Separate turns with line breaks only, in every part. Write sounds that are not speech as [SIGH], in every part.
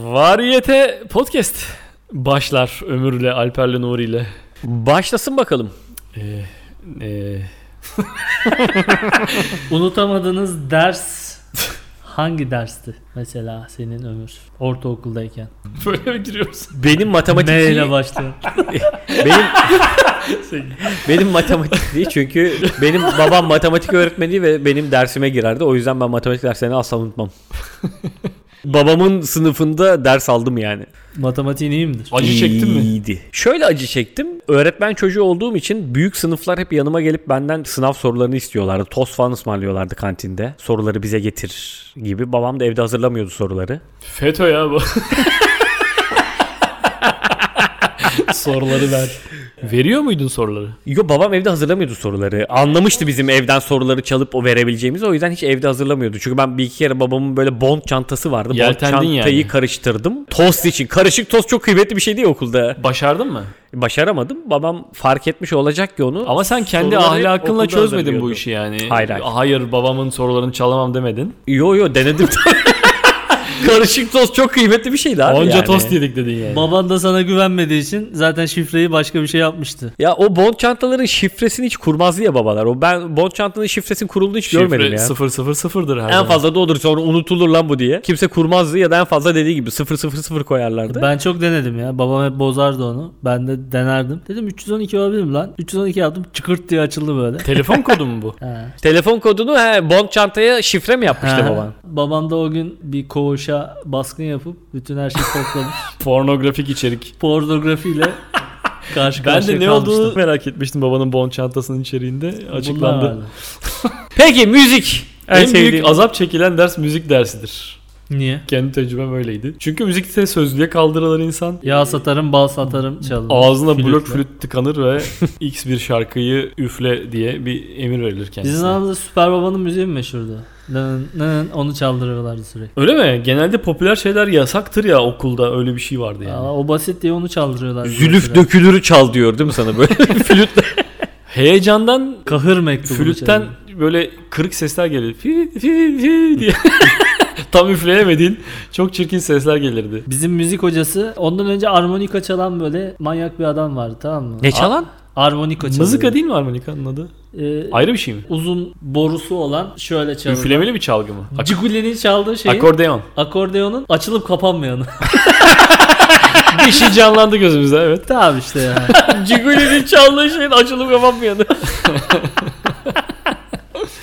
Variyete podcast başlar Ömür'le, Alper'le, Nuri'yle. Başlasın bakalım. Ee, ee,
Unutamadığınız ders hangi dersti mesela senin ömür ortaokuldayken?
böyle mi giriyoruz? Benim matematik
M
[LAUGHS]
ile başlayan.
Benim
Şey.
benim matematik değil çünkü benim babam matematik öğretmeni ve benim dersime girerdi. O yüzden ben matematik derslerini asla
[LAUGHS]
unutmam. Babamın sınıfında ders aldım yani.
Matematiğin iyi midir?
Acı çektin mi?
İyiydi. Şöyle acı çektim. Öğretmen çocuğu olduğum için büyük sınıflar hep yanıma gelip benden sınav sorularını istiyorlardı. Tost falan ısmarlıyorlardı kantinde. Soruları bize getir gibi. Babam da evde hazırlamıyordu soruları.
FETÖ ya bu. [LAUGHS] Soruları ver. Veriyor muydun soruları?
Yo babam evde hazırlamıyordu soruları. Anlamıştı bizim evden soruları çalıp o verebileceğimizi. O yüzden hiç evde hazırlamıyordu. Çünkü ben bir iki kere babamın böyle bond çantası vardı.
Yeltendin
bond çantayı
yani.
karıştırdım. Tost için. Karışık tost çok kıymetli bir şey değil okulda.
Başardın mı?
Başaramadım. Babam fark etmiş olacak ki onu.
Ama sen kendi
Soruları
ahlakınla
okulda
çözmedin bu
hazırlıyordum.
işi yani.
Hayır, hayır.
babamın sorularını çalamam demedin.
Yo yo denedim. [LAUGHS] Karışık tost çok kıymetli bir şeydi abi
Onca
yani.
tost yedik dedin yani.
Baban da sana güvenmediği için zaten şifreyi başka bir şey yapmıştı.
Ya o bond çantaların şifresini hiç kurmaz ya babalar. O ben bond çantanın şifresini kurulduğunu hiç görmedim ya.
000'dır her
En
zaman.
fazla da odur sonra unutulur lan bu diye. Kimse kurmazdı ya da en fazla dediği gibi 000 koyarlardı.
Ben çok denedim ya. Babam hep bozardı onu. Ben de denerdim. Dedim 312 olabilir mi lan? 312 yaptım. Çıkırt diye açıldı böyle.
Telefon kodu mu bu?
Ha.
Telefon kodunu he, bond çantaya şifre mi yapmıştı
Ha.
baban?
Babam da o gün bir koğuşa baskın yapıp bütün her şeyi toplamış.
[LAUGHS]
[LAUGHS]
Pornografik içerik. [LAUGHS]
Pornografiyle karşı
Ben
karşıya
de ne
kalmıştım.
olduğunu merak etmiştim babanın bon çantasının içeriğinde. Açıklandı.
Bunlar vardı.
Peki müzik.
en büyük azap çekilen ders müzik dersidir.
Niye?
Kendi tecrübem öyleydi. Çünkü müzikte sözlüğe kaldırılır insan.
Yağ satarım, bal satarım çalın.
Ağzına
Flütle.
blok flüt tıkanır ve
[LAUGHS]
X bir şarkıyı üfle diye bir emir verilir kendisine.
Bizim zamanımızda Süper Baba'nın müziği mi meşhurdu? Nın, nın, onu çaldırıyorlardı sürekli.
Öyle mi? Genelde popüler şeyler yasaktır ya okulda öyle bir şey vardı yani.
Aa, o basit diye onu çaldırıyorlardı.
Zülüf
mesela.
dökülürü çal diyor değil mi sana böyle?
Heyecandan
Kahır mektubu.
flütten böyle kırık sesler gelir. Fi, fi, fi diye. [LAUGHS] Tam üfleyemediğin çok çirkin sesler gelirdi.
Bizim müzik hocası ondan önce armonika çalan böyle manyak bir adam vardı tamam mı?
[LAUGHS] ne çalan?
Armonika çalıyor.
Mızıka değil mi harmonikanın adı?
Ee,
Ayrı bir şey mi?
uzun borusu olan şöyle çalıyor.
Üflemeli bir çalgı mı? Ak-
Ciguli'nin çaldığı şeyin [LAUGHS]
Akordeon.
akordeonun açılıp kapanmayanı.
bir şey canlandı gözümüzde evet.
tamam işte ya.
[LAUGHS] Ciguli'nin çaldığı şeyin açılıp kapanmayanı.
[LAUGHS]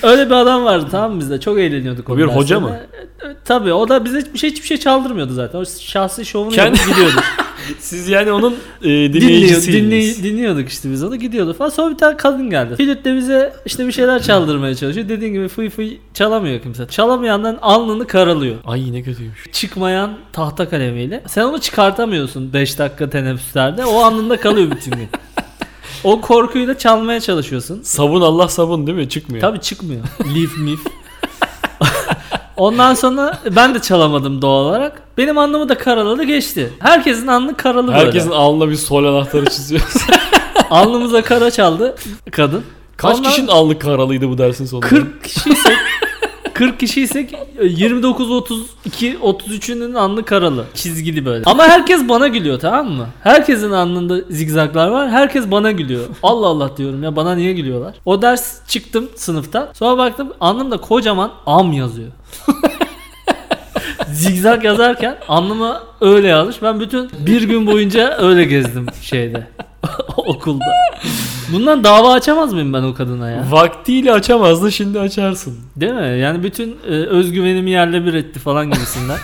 Öyle bir adam vardı tamam mı bizde? Çok eğleniyorduk.
O
onun
bir hoca
dersinde.
mı?
E, e, Tabii o da bize hiçbir şey, hiçbir şey çaldırmıyordu zaten. O şahsi şovunu
Kendi-
yapıp gidiyordu.
[LAUGHS] Siz yani onun e,
Dinliyor,
dinleyicisiydiniz.
dinley- dinliyorduk işte biz onu gidiyordu falan. Sonra bir tane kadın geldi. Flütle bize işte bir şeyler çaldırmaya çalışıyor. Dediğin gibi fıy fıy çalamıyor kimse. Çalamayandan alnını karalıyor.
Ay ne kötüymüş.
Çıkmayan tahta kalemiyle. Sen onu çıkartamıyorsun 5 dakika teneffüslerde. O alnında kalıyor bütün gün. O korkuyla çalmaya çalışıyorsun.
Sabun Allah sabun değil mi? Çıkmıyor.
Tabii çıkmıyor. Leaf mif. Ondan sonra ben de çalamadım doğal olarak. Benim anlamı da karaladı geçti. Herkesin alnı karalı
[LAUGHS] Herkesin
böyle.
alnına bir sol anahtarı çiziyor.
Alnımıza kara çaldı kadın.
Kaç
Ondan
kişinin alnı karalıydı bu dersin sonunda?
40 kişiysek [LAUGHS] 40 kişiysek e, 29 32 33'ünün alnı karalı. Çizgili böyle. Ama herkes bana gülüyor tamam mı? Herkesin alnında zigzaglar var. Herkes bana gülüyor. Allah Allah diyorum ya bana niye gülüyorlar? O ders çıktım sınıfta. Sonra baktım alnımda kocaman am yazıyor. [LAUGHS] zigzag yazarken alnıma öyle yazmış. Ben bütün bir gün boyunca öyle gezdim şeyde. [LAUGHS] okulda. Bundan dava açamaz mıyım ben o kadına ya?
Vaktiyle açamazdın şimdi açarsın.
Değil mi? Yani bütün e, özgüvenimi yerle bir etti falan
[LAUGHS]
gibisinden.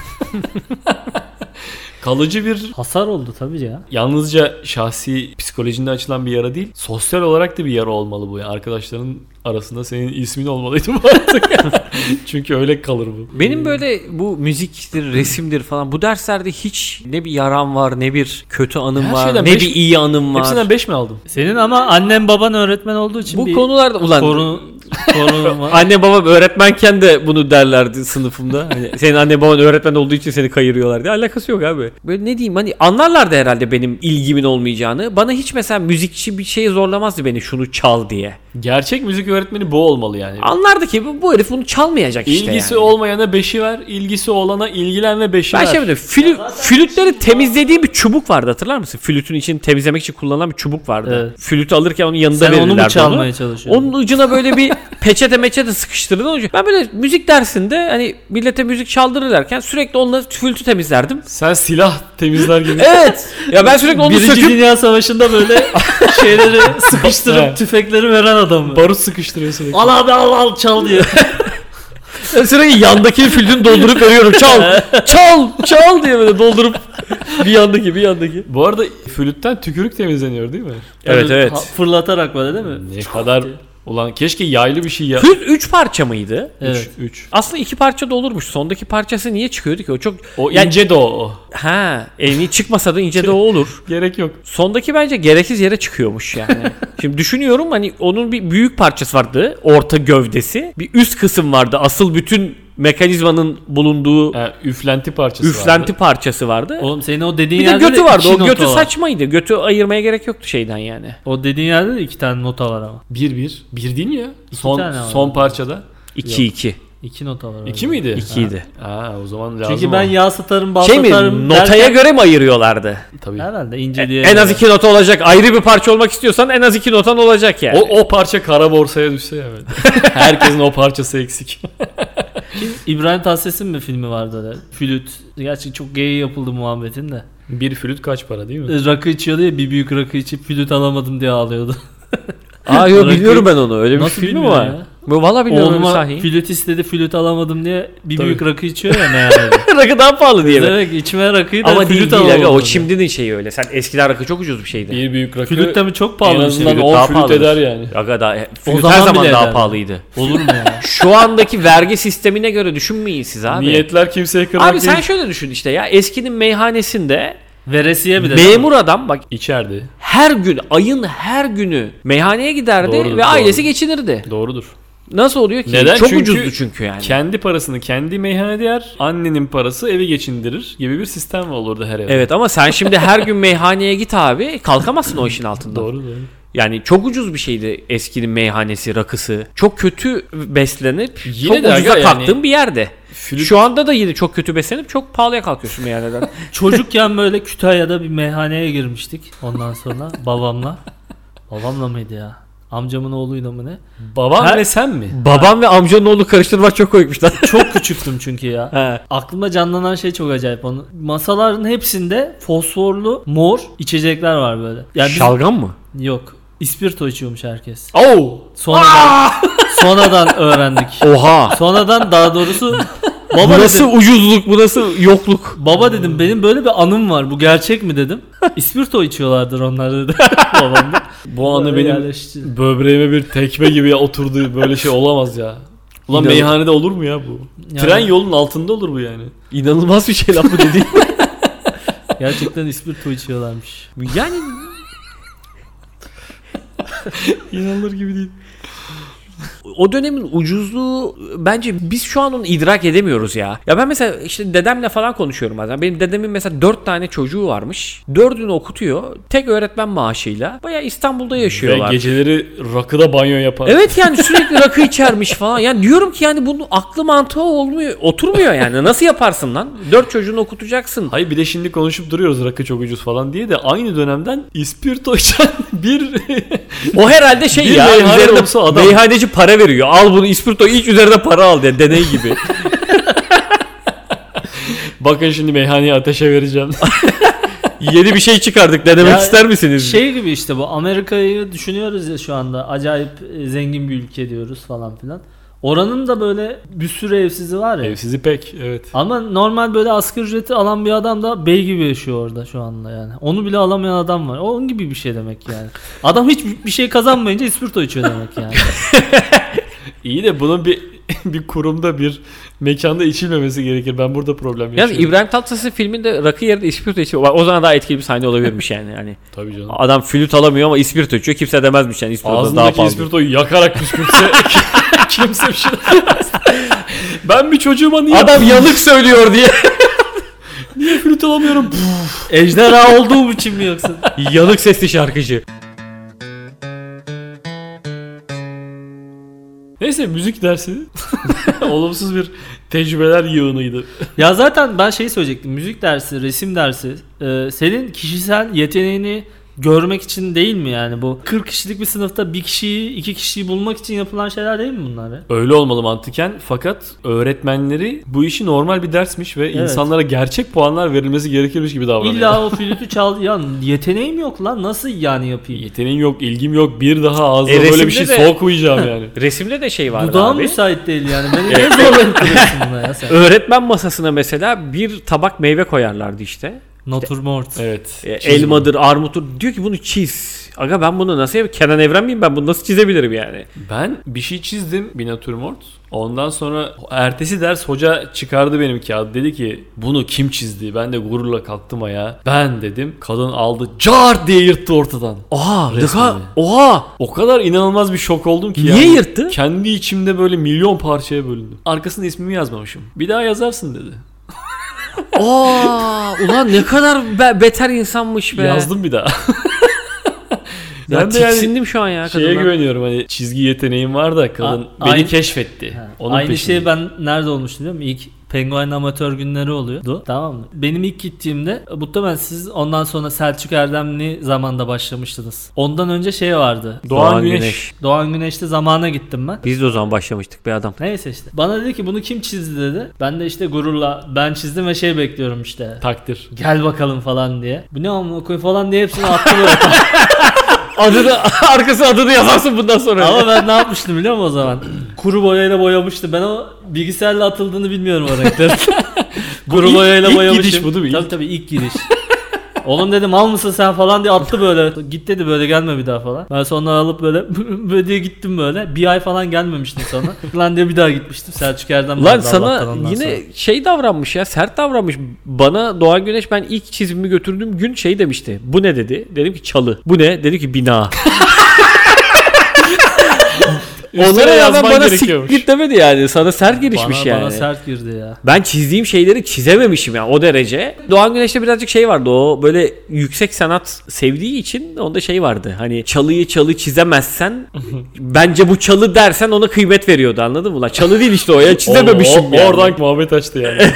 Kalıcı bir
Hasar oldu tabii ya.
yalnızca şahsi psikolojinde açılan bir yara değil. Sosyal olarak da bir yara olmalı bu. Yani arkadaşların arasında senin ismin olmalıydı bu artık. [LAUGHS] Çünkü öyle kalır bu.
Benim böyle bu müziktir, resimdir falan bu derslerde hiç ne bir yaram var ne bir kötü anım
Her
var
şeyden
ne
beş-
bir iyi anım var.
Hepsinden 5 mi aldım?
Senin ama annen baban öğretmen olduğu için
bu
bir
konularda ulan
korun,
[LAUGHS]
korunum var.
Anne babam [LAUGHS] öğretmenken de bunu derlerdi sınıfımda. Hani senin anne baban öğretmen olduğu için seni kayırıyorlar diye. Alakası yok abi. Böyle ne diyeyim hani anlarlardı herhalde benim ilgimin olmayacağını. Bana hiç mesela müzikçi bir şey zorlamazdı beni şunu çal diye.
Gerçek müzik öğretmeni bu olmalı yani.
Anlardı ki bu, bu herif bunu çalmayacak işte
İlgisi
yani.
olmayana beşi ver, ilgisi olana ilgilen ve beşi
Ben
ver.
şey yapıyordum, flü- flütleri temizlediğim bir çubuk vardı hatırlar mısın? Flütün için temizlemek için kullanılan bir çubuk vardı.
Evet.
Flütü alırken onun yanında
Sen onu mu
verirlerdi
çalmaya çalışıyorsun?
Onun ucuna böyle bir [LAUGHS] peçete meçete sıkıştırdın. Onun ucu- Ben böyle müzik dersinde hani millete müzik çaldırırlarken sürekli onunla flütü temizlerdim.
Sen silah temizler gibi.
Evet. Ya ben sürekli onu
Birinci
söküp
Dünya
[LAUGHS]
Savaşı'nda böyle şeyleri
Evet.
sıkıştırıp tüfekleri veren adam.
Barut sıkıştırıyor sürekli.
Al abi al al çal diye.
sürekli yandaki flütünü doldurup veriyorum. [LAUGHS] Çal, çal, çal diye böyle doldurup [LAUGHS] bir yandaki bir yandaki.
Bu arada flütten tükürük temizleniyor değil mi?
Evet, evet.
ha- Fırlatarak böyle değil mi?
Ne kadar ulan keşke yaylı bir şey ya.
Flüt 3 parça mıydı?
Evet.
3.
Aslında iki parça da olurmuş. Sondaki parçası niye çıkıyordu ki? O çok
O
Yani-
ince de o.
ha elini çıkmasa da ince de o olur.
Gerek yok.
Sondaki bence gereksiz yere çıkıyormuş
[LAUGHS]
yani. Şimdi düşünüyorum hani onun bir büyük parçası vardı. Orta gövdesi. Bir üst kısım vardı. Asıl bütün mekanizmanın bulunduğu
Ha, üflenti parçası
üflenti
vardı.
parçası vardı.
Oğlum senin o dediğin
bir de
yerde
götü vardı.
iki
O götü
nota var.
saçmaydı. Götü ayırmaya gerek yoktu şeyden yani.
O dediğin yerde de iki tane nota var ama.
1 1. 1 değil mi ya? son
tane var.
son parçada.
2-2.
İki nota var.
2 miydi?
2 idi.
Ha, o zaman lazım.
Çünkü ben
o.
yağ satarım bal
Şey mi?
satarım
Notaya
derken-
göre mi ayırıyorlardı?
tabii.
Herhalde ince diye.
E, En az iki nota olacak. Ayrı bir parça olmak istiyorsan en az iki notan olacak yani.
O, o parça kara borsaya düşse ya. böyle. Herkesin o parçası eksik.
[LAUGHS] İbrahim Tatlıses'in mi filmi vardı öyle? Flüt. Gerçi çok gay yapıldı muhabbetin de. E,
Bir flüt kaç para değil mi?
Rakı içiyordu ya bir büyük rakı içip flüt alamadım diye ağlıyordu.
Aa
yok,
yok
biliyorum
biliyorum ben onu. Öyle
bir
bir
Nasıl filmi
filmi
bilmiyorsun
var.
var. ya?
Bu valla biliyorum
Oğluma
sahi.
flüt istedi flüt alamadım diye bir
Tabii.
büyük rakı içiyor ya
[LAUGHS]
meğer.
rakı daha pahalı diye. mi?
Demek içme rakıyı da
Ama
flüt
değil, değil
alamadım.
aga, o
diyor.
şimdinin şeyi öyle. Sen eskiden rakı çok ucuz bir şeydi.
Bir büyük rakı.
Flüt de mi çok
en
pahalı bir şey?
azından
Flüt
10
daha
flüt
pahalıdır.
eder yani.
Aga daha, flüt
zaman
her zaman
bile
daha
ederdi.
pahalıydı.
Olur mu ya?
Şu andaki vergi sistemine göre düşünmeyin siz abi.
Niyetler kimseye kırmak
Abi sen şöyle düşün işte ya eskinin meyhanesinde
Veresiye bir de.
memur adam bak
İçerdi.
her gün ayın her günü meyhaneye giderdi
Doğrudur,
ve
doğru.
ailesi geçinirdi.
Doğrudur.
Nasıl oluyor ki?
Neden?
Çok
Çünkü-
ucuzdu çünkü yani.
Kendi parasını kendi meyhanede yer, annenin parası evi geçindirir gibi bir sistem olurdu her evde.
Evet ama sen şimdi her gün meyhaneye git abi kalkamazsın o işin altında.
Doğru doğru.
Yani çok ucuz bir şeydi eskinin meyhanesi, rakısı. Çok kötü beslenip
Yine
çok ucuza
de aga yani-
kalktığın bir yerde.
Flüt-
Şu anda da yine çok kötü beslenip çok pahalıya kalkıyorsun meyhaneden.
Çocukken böyle Kütahya'da bir meyhaneye girmiştik. Ondan sonra
[LAUGHS]
babamla. Babamla mıydı ya? Amcamın oğluyla mı ne?
Baban
Her-
ve sen mi?
Babam ve amcanın oğlu karıştırmak çok koymuş lan.
Çok küçüktüm çünkü ya.
He.
Aklımda canlanan şey çok acayip onu. Masaların hepsinde fosforlu mor içecekler var böyle. Yani biz-
Şalgam mı?
yok. İspirto içiyormuş herkes.
Oh!
Sonradan, [LAUGHS] sonradan öğrendik.
Oha!
Sonradan daha
[LAUGHS]
doğrusu
Bu
baba
nasıl
dedim,
ucuzluk, bu nasıl yokluk?
baba dedim benim böyle bir anım var. Bu gerçek mi
[LAUGHS]
dedim. İspirto içiyorlardır onlar dedi. Babam da.
Bu anı
Öyle
benim
yerleşti.
böbreğime bir tekme gibi oturdu. Böyle şey olamaz ya. Ulan
İnanın-
meyhanede olur mu ya bu?
Yani-
Tren yolun altında olur bu yani.
İnanılmaz bir şey lan [LAUGHS] bu dediğin.
Gerçekten ispirto içiyorlarmış.
yani
İnanılır gibi değil.
o dönemin ucuzluğu bence biz şu an onu idrak edemiyoruz ya. Ya ben mesela işte dedemle falan konuşuyorum bazen. Benim dedemin mesela 4 tane çocuğu varmış. Dördünü okutuyor. Tek öğretmen maaşıyla. Baya İstanbul'da
Ve
yaşıyorlar.
geceleri rakıda banyo yapar.
Evet yani sürekli rakı içermiş falan. Yani diyorum ki yani bunun aklı mantığı olmuyor. Oturmuyor yani. Nasıl yaparsın lan? 4 çocuğunu okutacaksın.
Hayır bir de şimdi konuşup duruyoruz rakı çok ucuz falan diye de aynı dönemden ispirto içen [LAUGHS] bir
O herhalde şey
Bir
ya.
meyhane
Üzerinde
olsa adam-
meyhaneci para veriyor. Al bunu ispirto iç üzerine para al diye deney gibi.
bakın şimdi meyhaneye ateşe
[LAUGHS]
vereceğim.
Yeni bir şey çıkardık. Denemek
Ya
ister misiniz?
Şey gibi işte bu Amerika'yı düşünüyoruz ya şu anda. Acayip e, zengin bir ülke diyoruz falan filan. Oranın da böyle bir sürü evsizi var ya.
Evsizi pek evet.
Ama normal böyle asgari ücreti alan bir adam da bey gibi yaşıyor orada şu anda yani. Onu bile alamayan adam var. O Onun gibi bir şey demek yani. Adam hiç bir şey kazanmayınca ispirto içiyor demek yani.
İyi de bunun bir [LAUGHS] bir kurumda bir mekanda içilmemesi gerekir. Ben burada problem
Yani
yaşıyorum.
İbrahim Tatlıses'in filminde rakı yerine ispirto içiyor. Bak, O zaman daha etkili bir sahne olabilirmiş yani. yani
Tabii canım.
adam flüt alamıyor ama ispirto içiyor. Kimse demezmiş yani ispirto daha
Ağzındaki
pahalı.
ispirtoyu yakarak
[LAUGHS]
püskürtse [LAUGHS] kimse bir şey [LAUGHS] demez. Ben bir çocuğuma niye
Adam yanık söylüyor diye.
Niye
[LAUGHS]
flüt alamıyorum?
Ejderha olduğum için mi yoksa?
Yanık sesli şarkıcı.
Neyse müzik dersi [LAUGHS] olumsuz bir tecrübeler yığınıydı.
Ya zaten ben şey söyleyecektim. Müzik dersi, resim dersi e, senin kişisel yeteneğini görmek için değil mi yani bu? 40 kişilik bir sınıfta bir kişiyi, iki kişiyi bulmak için yapılan şeyler değil mi bunlar ya?
Öyle olmalı mantıken fakat öğretmenleri bu işi normal bir dersmiş ve
Evet.
insanlara gerçek puanlar verilmesi gerekirmiş gibi davranıyor.
İlla o flütü çal ya yeteneğim yok lan nasıl yani yapayım?
Yeteneğim yok, ilgim yok, bir daha ağzına
E,
böyle bir şey
resimde de- [LAUGHS]
soğuk uyuyacağım yani.
[LAUGHS] Resimde de şey vardı
Dudağım
abi.
müsait değil yani. Beni niye zorlanıyorsun buna ya sen?
Öğretmen masasına mesela bir tabak meyve koyarlardı işte.
Noturmort.
Evet.
E, elmadır, armutur. Diyor ki bunu çiz. Aga ben bunu nasıl yap? Kenan Evren miyim ben? Bunu nasıl çizebilirim yani?
Ben bir şey çizdim bir natürmort. Ondan sonra ertesi ders hoca çıkardı benim kağıdı. Dedi ki bunu kim çizdi? Ben de gururla kalktım ayağa. Ben dedim. Kadın aldı car diye yırttı ortadan.
Oha!
Resmi.
Daka, oha!
O kadar inanılmaz bir şok oldum ki
Niye
yani.
yırttı?
Kendi içimde böyle milyon parçaya bölündüm. Arkasına ismimi yazmamışım. Bir daha yazarsın dedi.
Aa, ulan ne kadar be- beter insanmış be.
Yazdım bir daha.
[LAUGHS] Ya
ben de
tiksindim
yani
şu an ya
şeye
kadından.
güveniyorum hani çizgi yeteneğim var da kadın
A-
beni
aynı-
keşfetti.
Ha,
Onun
Aynı
peşindeyim.
şey ben nerede olmuştu biliyor musun? İlk Penguin amatör günleri oluyordu. Tamam mı? Benim ilk gittiğimde e, muhtemelen siz ondan sonra Selçuk Erdemli zamanda başlamıştınız. Ondan önce şey vardı.
Doğan, Güneş.
Doğan Güneş'te zamana gittim ben.
Biz de o zaman başlamıştık be adam.
Neyse işte. Bana dedi ki bunu kim çizdi dedi. Ben de işte gururla ben çizdim ve şey bekliyorum işte.
Takdir.
Gel bakalım falan diye. Bu ne amına koyayım falan diye hepsini attı böyle. [LAUGHS]
Adını, [LAUGHS] arkası adını yazarsın bundan sonra.
Ama ben ne yapmıştım biliyor musun o zaman? Kuru boyayla boyamıştım. Ben o bilgisayarla atıldığını bilmiyorum o renklerin.
[LAUGHS]
[LAUGHS] Kuru
ilk-
boyayla
ilk
boyamıştım.
gidiş bu değil mi?
Tabii
İlk-
tabii ilk giriş. Oğlum dedim al mısın sen falan diye attı böyle. Git dedi böyle gelme bir daha falan. Ben sonra alıp böyle [LAUGHS] böyle diye gittim böyle. Bir ay falan gelmemiştim sonra. Lan diye bir daha gitmiştim. Selçuk Erdem
Lan
vardı
sana
Allah'tan ondan
yine
sonra.
şey davranmış ya sert davranmış. Bana Doğan Güneş ben ilk çizimimi götürdüğüm gün şey demişti. Bu ne dedi? Dedim ki çalı. Bu ne? Dedi ki bina.
Üstüne
Onlara rağmen
yazman
bana
gerekiyormuş.
sik demedi yani. Sana sert girişmiş
bana,
yani.
Bana sert girdi ya.
Ben çizdiğim şeyleri çizememişim ya o derece. Doğan Güneş'te birazcık şey vardı. O böyle yüksek sanat sevdiği için onda şey vardı. Hani çalıyı çalı
[LAUGHS]
çizemezsen bence bu çalı dersen ona kıymet veriyordu anladın mı? Lan çalı değil işte o ya [LAUGHS] çizememişim
Oğlum, o-
yani.
Oradan muhabbet
[LAUGHS]
açtı yani.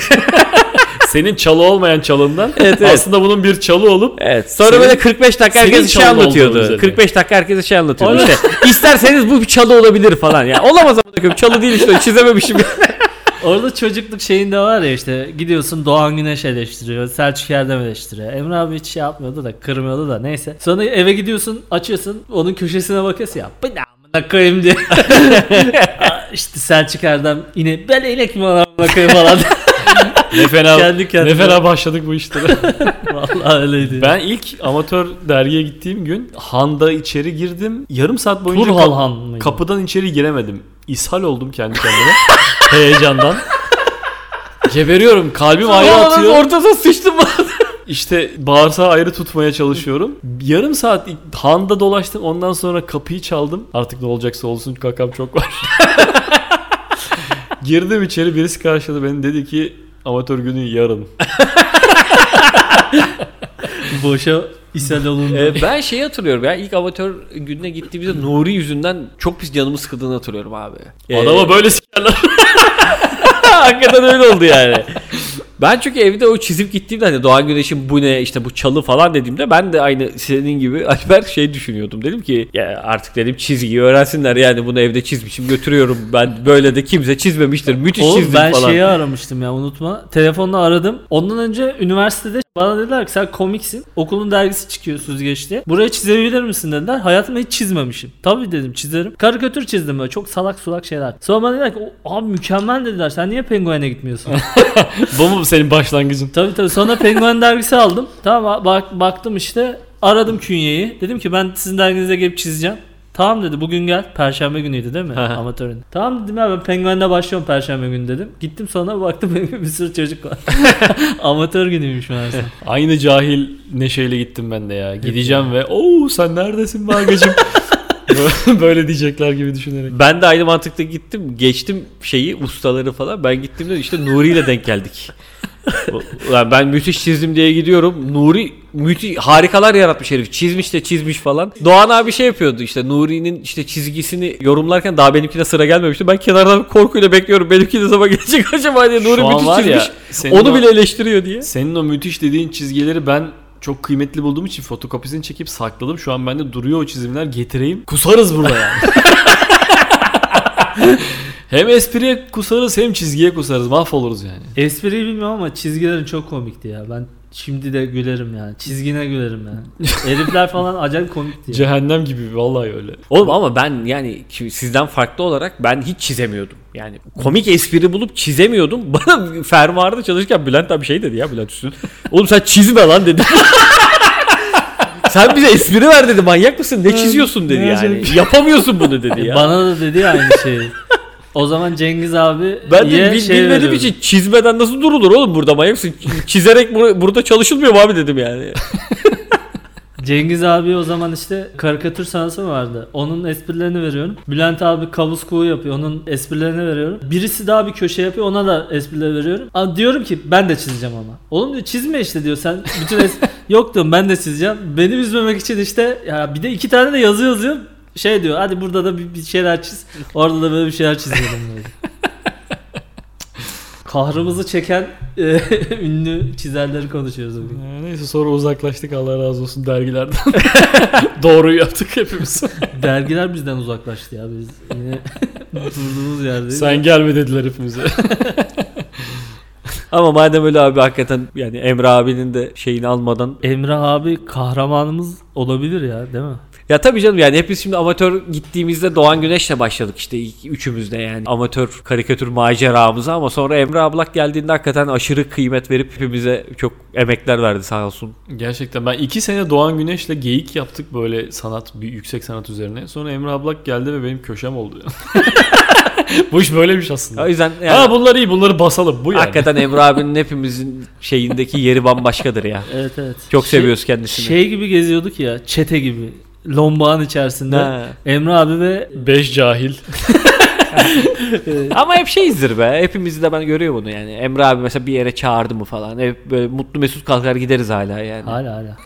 Senin çalı olmayan çalından
Evet, evet.
aslında bunun bir çalı olup
Evet. Sonra
Senin-
böyle 45 dakika
senin
herkes şey
çalı olduğu
anlatıyordu.
üzerine.
45 dakika herkese şey anlatıyordu. İşte isterseniz bu bir çalı olabilir falan. Ya olamaz ama koyayım. Çalı değil işte o, çizememişim.
Orada çocukluk şeyinde var ya işte gidiyorsun Doğan Güneş eleştiriyor, Selçuk Erdem eleştiriyor. Emre abi hiç şey yapmıyordu da kırmıyordu da neyse. Sonra eve gidiyorsun açıyorsun onun köşesine bakıyorsun ya bu ne amına koyayım
[LAUGHS]
diye. Aa, işte Selçuk Erdem yine ben inek mi lan amına koyayım falan.
[LAUGHS] ne fena
Kendi kendine.
ne fena başladık bu işlere.
Vallahi öyleydi.
ben ilk amatör dergiye gittiğim gün handa içeri girdim. Yarım saat boyunca
Turhal
kap-
Han mıydı?
kapıdan içeri giremedim. İshal oldum kendi kendime [LAUGHS] heyecandan. Geberiyorum kalbim ayrı atıyor.
Ortasına sıçtım.
İşte bağırsağı ayrı tutmaya çalışıyorum. Yarım saat handa dolaştım. Ondan sonra kapıyı çaldım. Artık ne olacaksa olsun kakam çok var. [LAUGHS] Girdim içeri birisi karşıladı beni dedi ki amatör günü yarın.
Boşa ishal olundu.
E,
Ee, ben şeyi hatırlıyorum ya ilk amatör gününe gittiğimizde Nuri yüzünden çok pis canımı sıkıldığını hatırlıyorum abi. Ee,
Adama böyle sikerler.
[LAUGHS] hakikaten öyle oldu yani. Ben çünkü evde o çizip gittiğimde hani Doğan Güneş'in bu ne işte bu çalı falan dediğimde ben de aynı senin gibi [LAUGHS] Alper şey düşünüyordum. Dedim ki ya artık dedim çizgiyi öğrensinler yani bunu evde çizmişim götürüyorum. Ben böyle de kimse çizmemiştir. Müthiş
Oğlum
çizdim
ben
falan.
şeyi aramıştım ya unutma. Telefonla aradım. Ondan önce üniversitede bana dediler ki sen komiksin. Okulun dergisi çıkıyor süzgeçte. Buraya çizebilir misin dediler. Hayatımda hiç çizmemişim. Tabii dedim çizerim. Karikatür çizdim böyle çok salak sulak şeyler. Sonra bana dediler ki "O- abi mükemmel dediler. Sen niye penguene gitmiyorsun?
Bu mu senin başlangıcın?
tabii tabii. Sonra penguen dergisi aldım. Tamam bak, baktım işte. Aradım künyeyi. Dedim ki ben sizin derginize gelip çizeceğim. Tamam dedi bugün gel. Perşembe günüydü değil mi?
Hı hı.
Amatörün. Tamam dedim ya ben penguenle başlıyorum perşembe günü dedim. Gittim sonra baktım [LAUGHS] bir sürü
[LAUGHS]
çocuk var. Amatör günüymüş meğerse.
Aynı cahil neşeyle gittim ben de ya. Gideceğim ve ooo sen
[LAUGHS]
neredesin bagacım? böyle diyecekler gibi düşünerek.
Ben de aynı
[LAUGHS]
mantıkla gittim. Geçtim şeyi ustaları falan. Ben gittiğimde işte Nuri ile denk geldik. Ulan ben müthiş çizdim diye gidiyorum. Nuri müthiş harikalar yaratmış herif. Çizmiş de çizmiş falan. Doğan abi şey yapıyordu işte Nuri'nin işte çizgisini yorumlarken daha benimkine sıra gelmemişti. Ben kenardan korkuyla bekliyorum. Benimki ne zaman gelecek acaba diye Nuri
Şu an
müthiş
var ya,
çizmiş.
senin
onu
o-
bile eleştiriyor diye.
Senin o müthiş dediğin çizgileri ben çok kıymetli bulduğum için fotokopisini çekip sakladım. Şu an bende duruyor o çizimler getireyim. Kusarız burada yani.
[LAUGHS]
hem espriye kusarız hem çizgiye kusarız. Mahvoluruz yani.
Espriyi bilmiyorum ama çizgilerin çok komikti ya. Ben şimdi de gülerim yani. Çizgine
[LAUGHS]
gülerim yani. Herifler falan acayip komikti. Ya.
Cehennem gibi vallahi öyle.
Oğlum ama ben yani şimdi sizden farklı olarak ben hiç çizemiyordum. Yani komik espri bulup çizemiyordum. [LAUGHS] Bana fermuarda çalışırken Bülent abi şey dedi ya Bülent Üstün. Oğlum sen çizme lan dedi. [LAUGHS] sen bize espri ver dedi manyak mısın ne çiziyorsun dedi
Ne
yani.
acayip.
Yapamıyorsun bunu dedi ya.
Bana da dedi ya aynı şeyi. O zaman Cengiz abi
[LAUGHS] ben de
ye
bil-
şey
bilmediğim
veriyorum.
için çizmeden nasıl durulur oğlum burada manyak mısın? Çizerek bur- burada çalışılmıyor mu abi dedim yani.
Cengiz abi o zaman işte karikatür sanatı vardı. Onun esprilerini veriyorum. Bülent abi kavus kuğu yapıyor. Onun esprilerini veriyorum. Birisi daha bir köşe yapıyor. Ona da esprileri veriyorum. Aa, diyorum ki ben de çizeceğim ama. Oğlum diyor çizme işte diyor. Sen bütün es- [LAUGHS] Yok diyorum ben de çizeceğim. Beni üzmemek için işte ya bir de iki tane de yazı yazıyor. Şey diyor hadi burada da bir, bir şeyler çiz. Orada da böyle bir şeyler çiziyorum diyor. Kahrımızı çeken e, [LAUGHS] ünlü çizerleri konuşuyoruz bugün.
Ee, Neyse sonra uzaklaştık Allah razı
[LAUGHS]
olsun dergilerden. [LAUGHS] Doğruyu yaptık hepimiz.
Dergiler bizden uzaklaştı ya biz yine [LAUGHS] durduğumuz yerdeyiz.
Sen gelme dediler hepimize. [LAUGHS]
Ama madem öyle abi hakikaten yani Emre abinin de şeyini almadan
Emre abi kahramanımız olabilir ya değil mi?
Ya tabii canım yani hepimiz şimdi amatör gittiğimizde Doğan Güneş'le başladık işte ilk üçümüzde yani amatör karikatür maceramıza ama sonra Emre Ablak geldiğinde hakikaten aşırı kıymet verip hepimize çok emekler verdi sağ olsun.
Gerçekten ben iki sene Doğan Güneş'le geyik yaptık böyle sanat, bir yüksek sanat üzerine. Sonra Emre Ablak geldi ve benim köşem oldu. [LAUGHS] Bu iş böyleymiş aslında.
O yüzden yani
Ha bunlar iyi bunları basalım bu yani.
hakikaten Emre abinin hepimizin şeyindeki yeri bambaşkadır ya.
Evet evet.
Çok
Şey-
seviyoruz kendisini.
Şey gibi geziyorduk ya çete gibi. Lombağın içerisinde.
Ha.
Emre abi ve
Beş cahil.
Ama hep şeyizdir be. Hepimizi de ben görüyor bunu yani. Emre abi mesela bir yere çağırdı mı falan. Hep böyle mutlu mesut kalkar gideriz hala yani.
hala hala.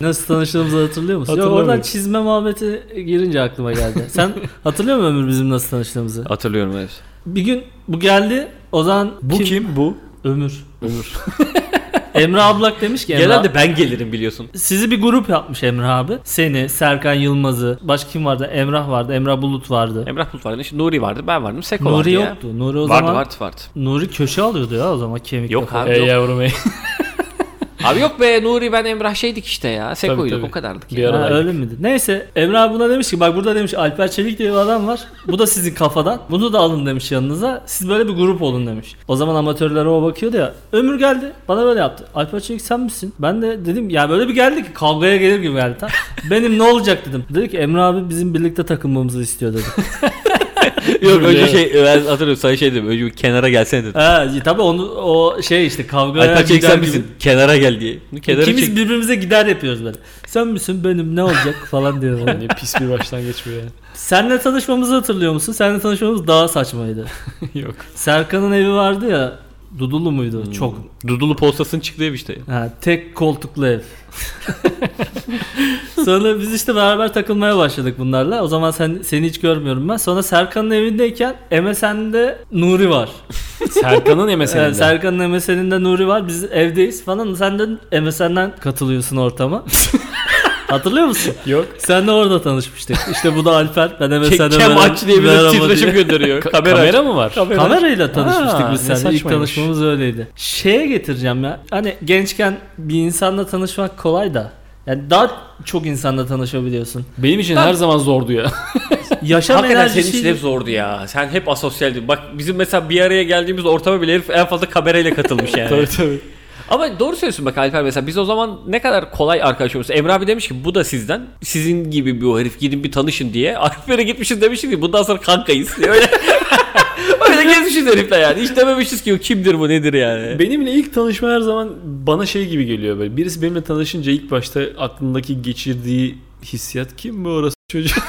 Nasıl tanıştığımızı hatırlıyor musun? Yok
Hatırlamıyorum.
oradan çizme muhabbeti girince aklıma geldi.
[LAUGHS]
Sen hatırlıyor musun Ömür bizim nasıl tanıştığımızı?
Hatırlıyorum evet.
Bir gün bu geldi. O zaman
Bu kim? Bu.
Ömür. Ömür. [LAUGHS] Emre Ablak demiş ki Emre
Genelde ben gelirim biliyorsun.
sizi bir grup yapmış Emre abi. Seni, Serkan Yılmaz'ı, başka kim vardı? Emrah vardı, Emrah Bulut vardı.
Hani Emrah Bulut vardı. işte Nuri vardı. Ben vardım. Seko vardı
Nuri
ya.
yoktu. Nuri o
vardı
zaman
vardı vardı.
Nuri köşe alıyordu ya o zaman kemik.
Yok
kafa.
abi.
Ey
[LAUGHS]
yavrum ey.
Abi yok be Nuri ben Emrah şeydik işte ya. Seko'yduk
tabii.
o kadardık
Bir
ya.
ara-
Ha, öyle miydi? Neyse Emre abi buna demiş ki bak burada demiş Alper Çelik diye bir adam var. Bu da sizin kafadan. Bunu da alın demiş yanınıza. Siz böyle bir grup olun demiş. O zaman amatörlere o bakıyordu ya. Ömür geldi. Bana böyle yaptı. Alper Çelik sen misin? Ben de dedim ya böyle bir geldi ki kavgaya gelir gibi geldi tam. Benim ne olacak dedim. Dedi ki Emre abi bizim birlikte takılmamızı istiyor dedi.
[LAUGHS] yok önce şey ben hatırlıyorum sana şey dedim. Önce bir kenara gelsene dedim.
ha, tabii onu o şey işte kavgaya
Alper
gider
çeksen
gibi.
misin? Kenara gel diye. Bunu Kenara
İkimiz
çek.
birbirimize gider yapıyoruz böyle. Sen misin benim ne olacak falan diyoruz.
[LAUGHS]
Ne pis bir başlangıç bu yani.
Senle tanışmamızı hatırlıyor musun? Senle tanışmamız daha saçmaydı.
[LAUGHS] Yok.
Serkan'ın evi vardı ya. Dudullu muydu?
Hmm.
Çok.
Dudulu postasının çıktığı ev işte.
Ha, tek koltuklu ev. [LAUGHS] Sonra biz işte beraber takılmaya başladık bunlarla. O zaman sen seni hiç görmüyorum ben. Sonra Serkan'ın evindeyken MSN'de Nuri var.
Serkan'ın MSN'inde.
Yani Serkan'ın MSN'inde Nuri var. Biz evdeyiz falan. Sen de MSN'den
[LAUGHS]
katılıyorsun ortama. Hatırlıyor musun?
Yok.
Senle orada tanışmıştık. İşte bu da Alper. Ben
Ke-
MSN'de
Kem aç diye bir de titreşim gönderiyor.
Ka-
kamera. aç.
mı var?
Kamerayla tanışmıştık
Aa,
biz
ne
seninle. İlk
saçmaymış.
tanışmamız öyleydi. Şeye getireceğim ya. Hani gençken bir insanla tanışmak kolay da. Yani daha çok insanla tanışabiliyorsun.
Benim için her zaman zordu ya.
Yaşam
Hakikaten senin için hep
enerjisi
zordu ya. Sen hep asosyaldin. Bak bizim mesela bir araya geldiğimiz ortama bile herif en fazla kamerayla katılmış yani.
tabii tabii.
[LAUGHS] Ama doğru söylüyorsun bak Alper mesela biz o zaman ne kadar kolay arkadaş olmuşuz. Emre abi demiş ki bu da sizden. Sizin gibi bir o herif gidin bir tanışın diye. [LAUGHS] Alper'e gitmişiz demişiz ki bundan sonra kankayız [LAUGHS] diye. Öyle, öyle gezmişiz herifle yani. Hiç dememişiz ki o kimdir bu nedir yani.
Benimle ilk tanışma her zaman bana şey gibi geliyor böyle. Birisi benimle tanışınca [LAUGHS] ilk başta aklındaki geçirdiği hissiyat kim bu orası çocuğu?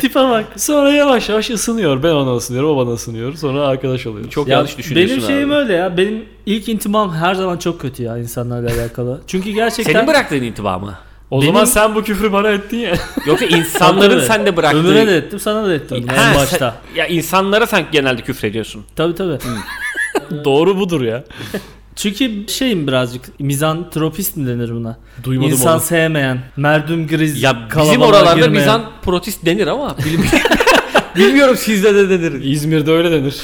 Tipe bak.
Sonra yavaş yavaş ısınıyor. Ben ona ısınıyorum, o bana ısınıyor. Sonra arkadaş oluyoruz.
Çok
Ya
yanlış düşünüyorsun
Benim şeyim
abi.
öyle ya. Benim ilk intimam her zaman çok kötü ya insanlarla alakalı. Çünkü gerçekten
Senin bıraktığın intibamı.
o
benim-
zaman sen bu küfrü bana ettin ya.
Yoksa insanların
Tabii.
sende bıraktığı...
Ömür'e de ettim, sana da ettim
Ha,
en
sen-
başta.
ya insanlara sanki genelde küfrediyorsun.
Tabii tabii.
[LAUGHS] Doğru budur ya.
Çünkü şeyim birazcık mizantropist mi denir buna?
Duymadım
İnsan
onu.
sevmeyen, merdüm griz,
Ya bizim
kalabalığa
oralarda
girmeyen.
Bizan protist denir ama bilim-
Bilmiyorum sizde de denir.
İzmir'de öyle denir.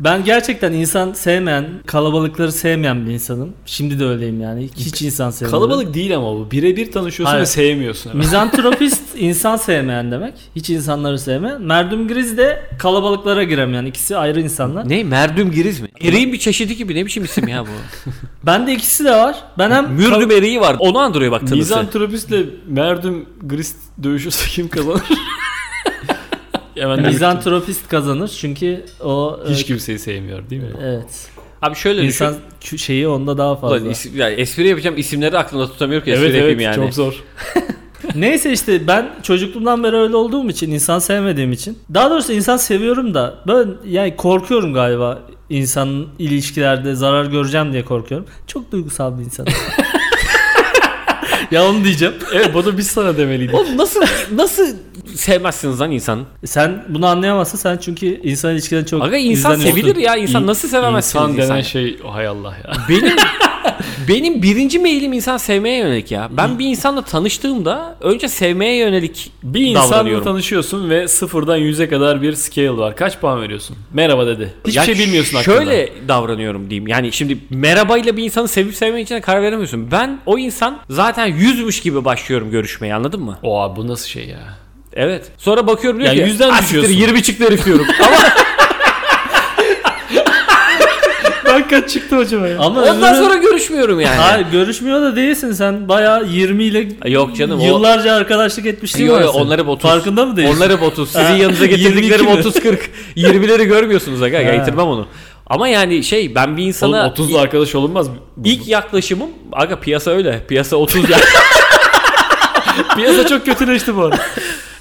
Ben gerçekten insan sevmeyen, kalabalıkları sevmeyen bir insanım. Şimdi de öyleyim yani. Hiç insan sevmiyorum.
[LAUGHS] Kalabalık değil ama bu. Birebir tanışıyorsun
Hayır.
ve sevmiyorsun. hemen.
Mizantropist [LAUGHS] insan sevmeyen demek. Hiç insanları sevmeyen. Merdüm griz de kalabalıklara giremeyen. ikisi ayrı insanlar.
ne? Merdüm giriz mi? Eriğin bir çeşidi gibi ne biçim isim ya bu?
Bende ikisi de var. Ben hem
Mürdüm eriği var. Onu andırıyor bak tanısı.
Mizantropistle Merdüm Grist dövüşürse kim kazanır? [LAUGHS] Hemen de-
mizantropist kazanır çünkü o e,
Hiç kimseyi sevmiyor değil mi?
evet.
Abi şöyle
İnsan
düşün.
kü- şeyi onda daha
Ulan
fazla.
is- yani espri yapacağım isimleri aklımda tutamıyorum ki espri
evet
yapayım
evet
yani.
çok zor.
Neyse işte ben çocukluğumdan beri öyle olduğum için insan sevmediğim için. Daha doğrusu insan seviyorum da ben yani korkuyorum galiba insan ilişkilerde zarar göreceğim diye korkuyorum. Çok duygusal
[LAUGHS]
bir insanım. ya onu diyeceğim.
[LAUGHS] Evet bunu biz sana demeliydik.
Oğlum nasıl nasıl sevmezsiniz lan insan?
Sen bunu anlayamazsın sen çünkü insan ilişkilerine çok
Aga insan
izleniyorsun.
sevilir
[LAUGHS]
ya. İnsan nasıl sevemezsiniz
İnsan denen
insanı?
şey hay Allah ya.
Benim benim birinci meylim insan sevmeye yönelik ya. Ben bir insanla tanıştığımda önce sevmeye yönelik
Bir insanla
davranıyorum.
tanışıyorsun ve sıfırdan yüze kadar bir scale var. Kaç puan veriyorsun? Merhaba dedi. Hiçbir
Ya
şey bilmiyorsun hakkında.
Şöyle davranıyorum diyeyim. Yani şimdi merhabayla bir insanı sevip sevmeyeceğine karar veremiyorsun. Ben o insan zaten yüzmüş gibi başlıyorum görüşmeye anladın mı?
Oha bu nasıl şey ya?
Evet. Sonra bakıyorum diyor
Ya
ki
yüzden
"Ah, siktir,
düşüyorsun."
20 çıktı herif [LAUGHS] diyorum. Ama
Ben kaç çıktı acaba ya?
Ama
ondan
ömrün-
sonra görüşmüyorum yani.
Hayır görüşmüyor da değilsin sen bayağı 20 ile
Yok canım o
yıllarca arkadaşlık etmişsin.
Yok, yok, onlar hep 30.
Farkında mı değilsin?
Onlar hep 30. Sizin
Ha,
yanınıza
22
getirdiklerim
mi?
30-40. 20'leri görmüyorsunuz aga.
Ha.
Getirmem onu. Ama yani şey ben bir
Oğlum
insana
30'la arkadaş olunmaz. mı?
ilk yaklaşımım aga piyasa öyle. Piyasa 30 ya. [LAUGHS]
Piyasa çok kötüleşti
[LAUGHS]
bu arada.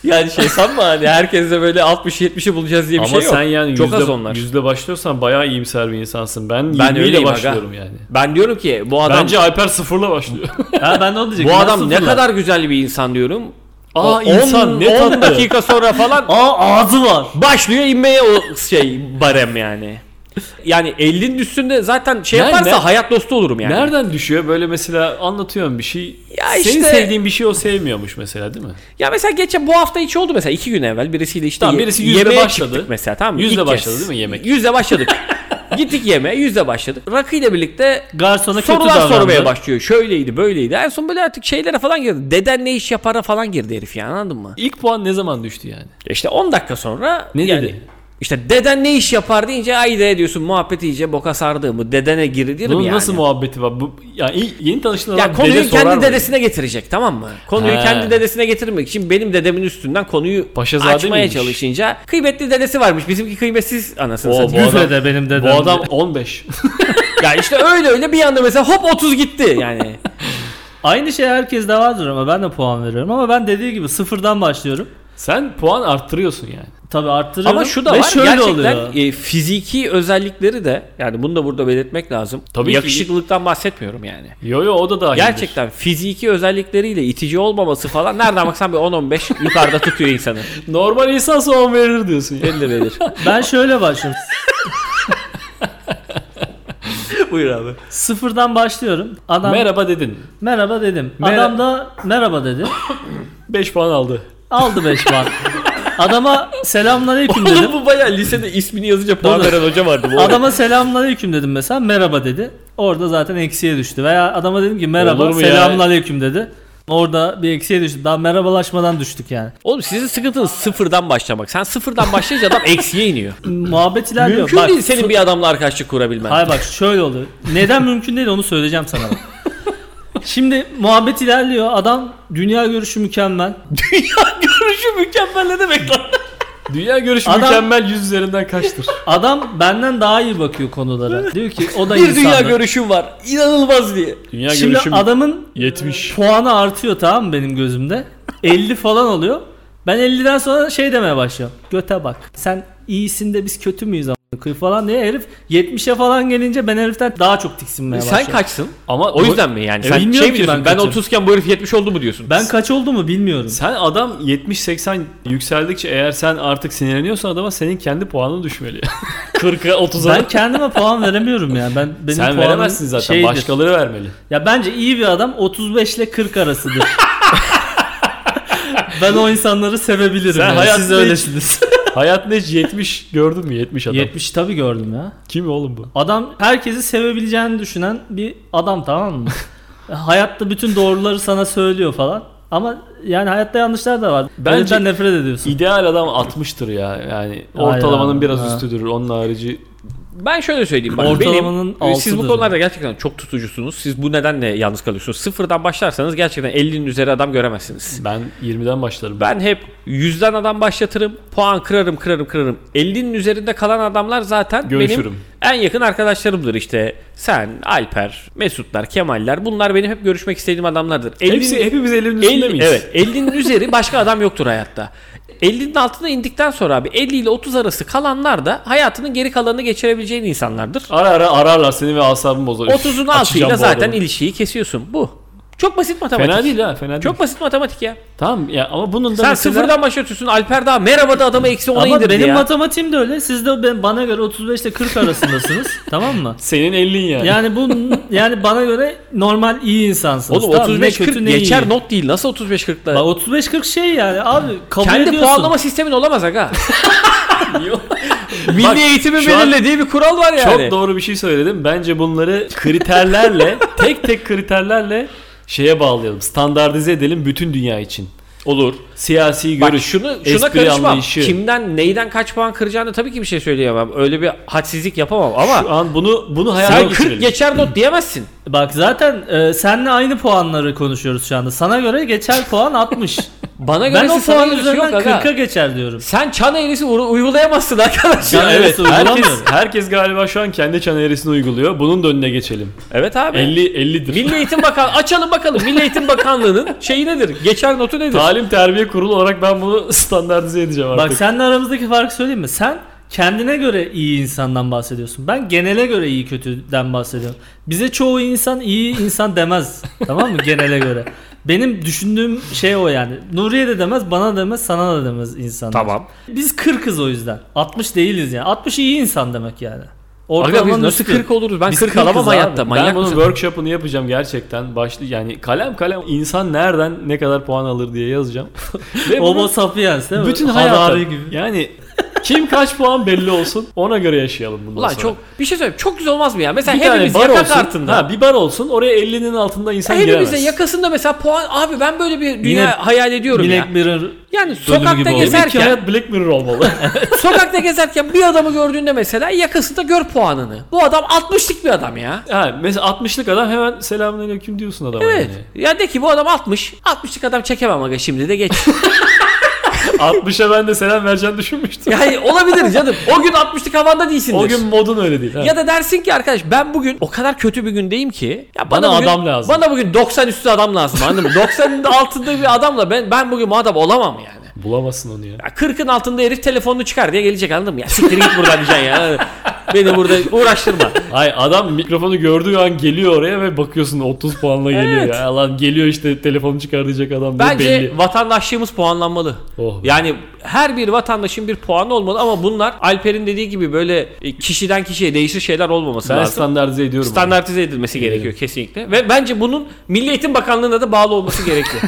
yani şey sanma hani herkese böyle 60-70'i bulacağız diye bir
Ama
şey yok.
sen yani
Çok
yüzde,
az onlar.
yüzde başlıyorsan bayağı iyimser bir insansın. Ben,
Ben
20 ile
öyleyim aga.
başlıyorum yani.
Ben diyorum ki bu adam
Bence Alper sıfırla başlıyor.
Ha, ben de onu diyecektim.
bu
Ben
adam ne
sıfırla.
kadar güzel bir insan diyorum.
Aa,
O-
insan, ne
10
tatlı.
dakika sonra falan
Aa ağzı var.
başlıyor inmeye o şey barem yani. Yani 50'nin üstünde zaten şey
Nerede?
yaparsa hayat dostu olurum [LAUGHS] yani.
Nereden düşüyor? Böyle mesela anlatıyorum bir şey.
Ya
Senin
işte-
sevdiğin bir şey o sevmiyormuş mesela değil mi?
Ya mesela geçen bu hafta içi oldu mesela iki gün evvel birisiyle işte
Tamam,
ye-
birisi yüzle
yemeğe
başladı.
çıktık mesela tamam mı?
Yüzle
İlk kez.
başladı değil mi yemek?
Yüzle
[LAUGHS]
başladık. Gittik yemeğe yüzle başladık. Rakı ile birlikte
Garsona kötü
sorular
davrandı.
sormaya başlıyor. Şöyleydi böyleydi. En son böyle artık şeylere falan girdi. Deden ne iş yapara falan girdi herif yani anladın mı?
İlk puan ne zaman düştü yani?
İşte 10 dakika sonra
Ne
yani
dedi?
İşte deden ne iş yapar deyince ay de diyorsun muhabbet iyice boka sardı mı dedene girilir mi
Bunun
yani?
nasıl muhabbeti var? Bu, yani ilk- yeni tanıştığın
Ya
adam
konuyu
dede sorar
kendi
mı?
dedesine getirecek tamam mı? Konuyu
He.
kendi dedesine getirmek için benim dedemin üstünden konuyu
Paşazade
açmaya
miymiş?
çalışınca kıymetli dedesi varmış. Bizimki kıymetsiz anasını
Oo,
satayım.
bu
Küfür
adam-
eder benim dedem.
Bu adam 15.
ya işte öyle öyle bir anda mesela hop 30 gitti yani.
Aynı şey herkes de vardır ama ben de puan veriyorum. Ama ben dediği gibi sıfırdan başlıyorum.
[LAUGHS] Sen puan arttırıyorsun yani.
Tabi
[LAUGHS]
arttırıyorum.
Ama şu da
Ve
var
şöyle
gerçekten
oluyor.
e, fiziki özellikleri de yani bunu da burada belirtmek lazım.
Tabii ki.
Yakışıklılıktan bahsetmiyorum yani.
Yo yo o da dahildir.
Gerçekten fiziki özellikleriyle itici olmaması falan nereden baksan bir 10-15 yukarıda tutuyor insanı.
Normal insansa 10 verir diyorsun yani.
Belli verir.
Ben şöyle başlıyorum.
[LAUGHS] Buyur abi.
Sıfırdan başlıyorum. Adam merhaba,
[LAUGHS] Merhaba dedin.
dedim.
Mer-
Adam da merhaba dedi.
5 puan aldı.
Aldı 5 puan. Adama selamünaleyküm dedim.
[LAUGHS] Oğlum bu bayağı lisede ismini yazınca puan
Doğru.
veren hoca [LAUGHS] vardı. Bu
Adama selamünaleyküm dedim mesela merhaba dedi. Orada zaten eksiye düştü. Veya adama dedim ki merhaba
Olur mu ya?
selamünaleyküm dedi. Orada bir eksiye düştü. Daha merhabalaşmadan düştük yani.
Oğlum sizin sıkıntınız sıfırdan başlamak. Sen sıfırdan başlayınca adam eksiye iniyor.
Muhabbet ilerliyor.
Mümkün
Bak,
değil senin bir adamla arkadaşlık kurabilmen.
Hayır bak şöyle oluyor. Neden mümkün değil onu söyleyeceğim sana. bak. Şimdi muhabbet ilerliyor. Adam dünya görüşü mükemmel.
Dünya görüşü mükemmel ne demek lan?
Dünya görüşü
Adam-
mükemmel 100 üzerinden kaçtır?
Adam benden daha iyi bakıyor konulara. Diyor ki o da
Bir dünya
insandır.
görüşüm var. İnanılmaz diye.
Dünya
Şimdi
görüşü
adamın
70.
puanı artıyor tamam mı benim gözümde? 50 falan oluyor. Ben 50'den sonra şey demeye başlıyorum. Göte bak. Sen iyisin de biz kötü müyüz amına koyayım falan diye herif 70'e falan gelince ben heriften daha çok
E
tiksinmeye
Sen
başlıyorum.
kaçsın.
Ama
O yüzden mi yani?
E,
sen
bilmiyorum
şey mi
ki
diyorsun?
ben
Ben,
kaçarım.
30 iken bu herif 70 oldu mu diyorsun?
Ben kaç oldu mu bilmiyorum.
Sen adam 70-80 yükseldikçe eğer sen artık sinirleniyorsan adama senin kendi
[LAUGHS]
puanın düşmeli. 40'a 30'a.
Ben kendime puan veremiyorum ya. Ben benim
sen
puanım
veremezsin zaten.
şeydir.
Başkaları vermeli.
Ya bence iyi bir adam 35 ile 40 arasıdır. [LAUGHS] ben o insanları sevebilirim.
Sen
yani.
hayatında
Siz
hiç- [LAUGHS]
öylesiniz.
Hayatında hiç 70 gördün mü? 70 adam.
70 tabii gördüm ya.
Kim oğlum bu?
Adam herkesi sevebileceğini düşünen bir adam
[LAUGHS]
tamam mı? Hayatta bütün doğruları sana söylüyor falan. Ama yani hayatta yanlışlar da var.
Bence-
Bence nefret ediyorsun.
İdeal adam 60'tır ya. Yani
Aynen.
ortalamanın biraz
Ha.
üstüdür. Onun harici
Ben şöyle söyleyeyim. Bak,
Ortalamanın
benim, siz
altıdır
bu
yani.
konularda gerçekten çok tutucusunuz. Siz bu nedenle yalnız kalıyorsunuz. Sıfırdan başlarsanız gerçekten 50'nin üzeri adam göremezsiniz.
ben 20'den başlarım.
Ben hep 100'den adam başlatırım. Puan kırarım kırarım kırarım. 50'nin üzerinde kalan adamlar zaten
Görüşürüm.
benim en yakın arkadaşlarımdır işte. Sen, Alper, Mesutlar, Kemaller bunlar benim hep görüşmek istediğim adamlardır. 50'nin
Hepsi, hepimiz 50'nin üstünde
50
miyiz?
Evet 50'nin üzeri başka adam yoktur hayatta. 50'nin altına indikten sonra abi 50 ile 30 arası kalanlar da hayatının geri kalanını geçirebileceğin insanlardır.
Ara ara ararlar seni ve asabımı bozar. Üf,
30'un
açacağım
altıyla
bu
zaten
adamı.
ilişkiyi kesiyorsun. Bu. Çok basit matematik.
Fena değil ha fena
Çok
değil.
basit matematik ya.
Tamam ya ama bunun da
Sen
mesela-
sıfırdan başlatıyorsun. Alper daha merhaba da adamı eksi 10'a
Ama
indirdi
benim
ya.
matematiğim de öyle. Siz de ben, bana göre 35 ile
[LAUGHS]
40 arasındasınız. tamam mı?
Senin 50'in yani.
Yani bu yani bana göre normal iyi insansınız.
Oğlum
Tamam, ne
35 40
kötü ne
geçer
iyi.
not değil. Nasıl 35
Bak
40'la?
35 40 şey yani abi kabul
Kendi
ediyorsun.
puanlama sistemin olamaz aga.
Bak,
Milli eğitimin
şu an-
belirlediği bir kural var yani.
Çok doğru bir şey söyledim. Bence bunları kriterlerle, tek tek kriterlerle şeye bağlayalım. Standartize edelim bütün dünya için. Olur. Siyasi
Bak
görüş,
şunu şuna
espri
karışmam.
anlayışı.
Kimden neyden kaç puan kıracağını tabii ki bir şey söyleyemem. Öyle bir hadsizlik yapamam
Şu
ama
an bunu bunu hayal
sen
geçirelim.
40 geçer not diyemezsin.
Bak zaten e, senle aynı puanları konuşuyoruz şu anda. Sana göre geçer
[LAUGHS]
puan 60.
Bana göre
ben o
sana
puan
göre
üzerinden
yok aga.
40'a geçer diyorum.
Sen çan eğrisi u- uygulayamazsın arkadaş.
Can
evet,
eğrisi
herkes,
uygulamıyorum.
herkes galiba şu an kendi çan eğrisini uyguluyor. Bunun da önüne geçelim.
Evet abi.
50 50'dir.
Milli Eğitim Bakan açalım bakalım. Milli Eğitim Bakanlığı'nın şeyi nedir? Geçer notu nedir?
Talim Terbiye Kurulu olarak ben bunu [LAUGHS] standartize edeceğim artık.
Bak senle aramızdaki farkı söyleyeyim mi? Sen kendine göre iyi insandan bahsediyorsun. Ben genele göre iyi kötüden bahsediyorum. Bize çoğu insan iyi insan [LAUGHS] demez. tamam mı? Genele göre. Benim düşündüğüm şey o yani. Nuriye de demez, bana da demez, sana da demez insanlar.
Tamam.
Biz 40'ız o yüzden. 60 değiliz yani. 60 iyi insan demek yani.
Aga biz
Ortalamanın
nasıl
üstü.
40 oluruz? Ben
Biz
40
40'ız
alamam
abi.
hayatta.
Ben
Manyak
ben bunun
mısın?
workshop'ını yapacağım gerçekten. Başlı yani kalem kalem insan nereden ne kadar puan alır diye
[LAUGHS]
yazacağım. Ve bunu
Homo sapiens değil mi?
bütün hayatı
Harari gibi.
yani kim kaç puan belli olsun ona göre yaşayalım bundan
Ulan
sonra.
çok bir şey söyleyeyim. Çok güzel olmaz mı ya? Mesela
bir
hepimiz
tane bar
yakak
olsun.
altında.
Ha bir bar olsun. Oraya 50'nin altında insan giremez.
Hepimiz de yakasında mesela puan abi ben böyle bir dünya
Yine
hayal ediyorum ya.
Black Mirror
Yani
gibi
sokakta
oldu.
Demek ki
gezerken,
hayat Black Mirror olmalı.
sokakta gezerken bir adamı gördüğünde mesela yakasında gör puanını. Bu adam 60'lık bir adam ya.
ha, mesela 60'lık adam hemen selamünaleyküm diyorsun adama.
Evet.
Yani.
Ya de ki bu adam 60. 60'lık adam çekemem aga şimdi de geç. [LAUGHS]
60'a ben de selam vereceğini düşünmüştüm.
Yani olabilir canım. O gün 60'lık havanda değilsindir.
o gün modun öyle değil. ha.
ya da dersin ki arkadaş ben bugün o kadar kötü bir gündeyim ki ya bana,
Bana
bugün-
adam lazım.
Bana bugün 90 üstü adam lazım anladın mı? 90'ın altında bir adamla ben ben bugün bu adam olamam yani.
Bulamazsın onu ya.
Ya 40'ın altında herif telefonunu çıkar diye gelecek anladın mı? Ya siktir git buradan diyeceksin ya. Beni burada uğraştırma.
Ay adam mikrofonu gördüğü an geliyor oraya ve bakıyorsun 30 puanla geliyor
Evet.
ya. Lan geliyor işte telefonu çıkartacak adam diye
Bence
belli.
vatandaşlığımız puanlanmalı.
Oh be.
Yani her bir vatandaşın bir puanı olmalı ama bunlar Alper'in dediği gibi böyle e, kişiden kişiye değişir şeyler olmaması
Ben
lazım.
standartize ediyorum. onu.
Standartize edilmesi gerekiyor kesinlikle. Ve bence bunun Milli Eğitim Bakanlığı'na da bağlı olması gerekiyor.